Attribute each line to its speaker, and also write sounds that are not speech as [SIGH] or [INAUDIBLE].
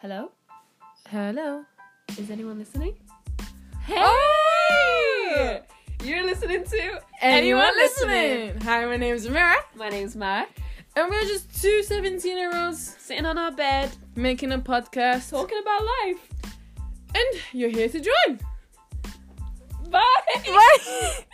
Speaker 1: Hello?
Speaker 2: Hello.
Speaker 1: Is anyone listening? Hey!
Speaker 2: Oh!
Speaker 1: You're listening to
Speaker 2: Hi, my name is Amira,
Speaker 1: My name's Mar.
Speaker 2: and we're just two 17 year olds
Speaker 1: Sitting on our bed,
Speaker 2: making a podcast,
Speaker 1: talking about life.
Speaker 2: and you're here to join.
Speaker 1: Bye! [LAUGHS]
Speaker 2: Bye.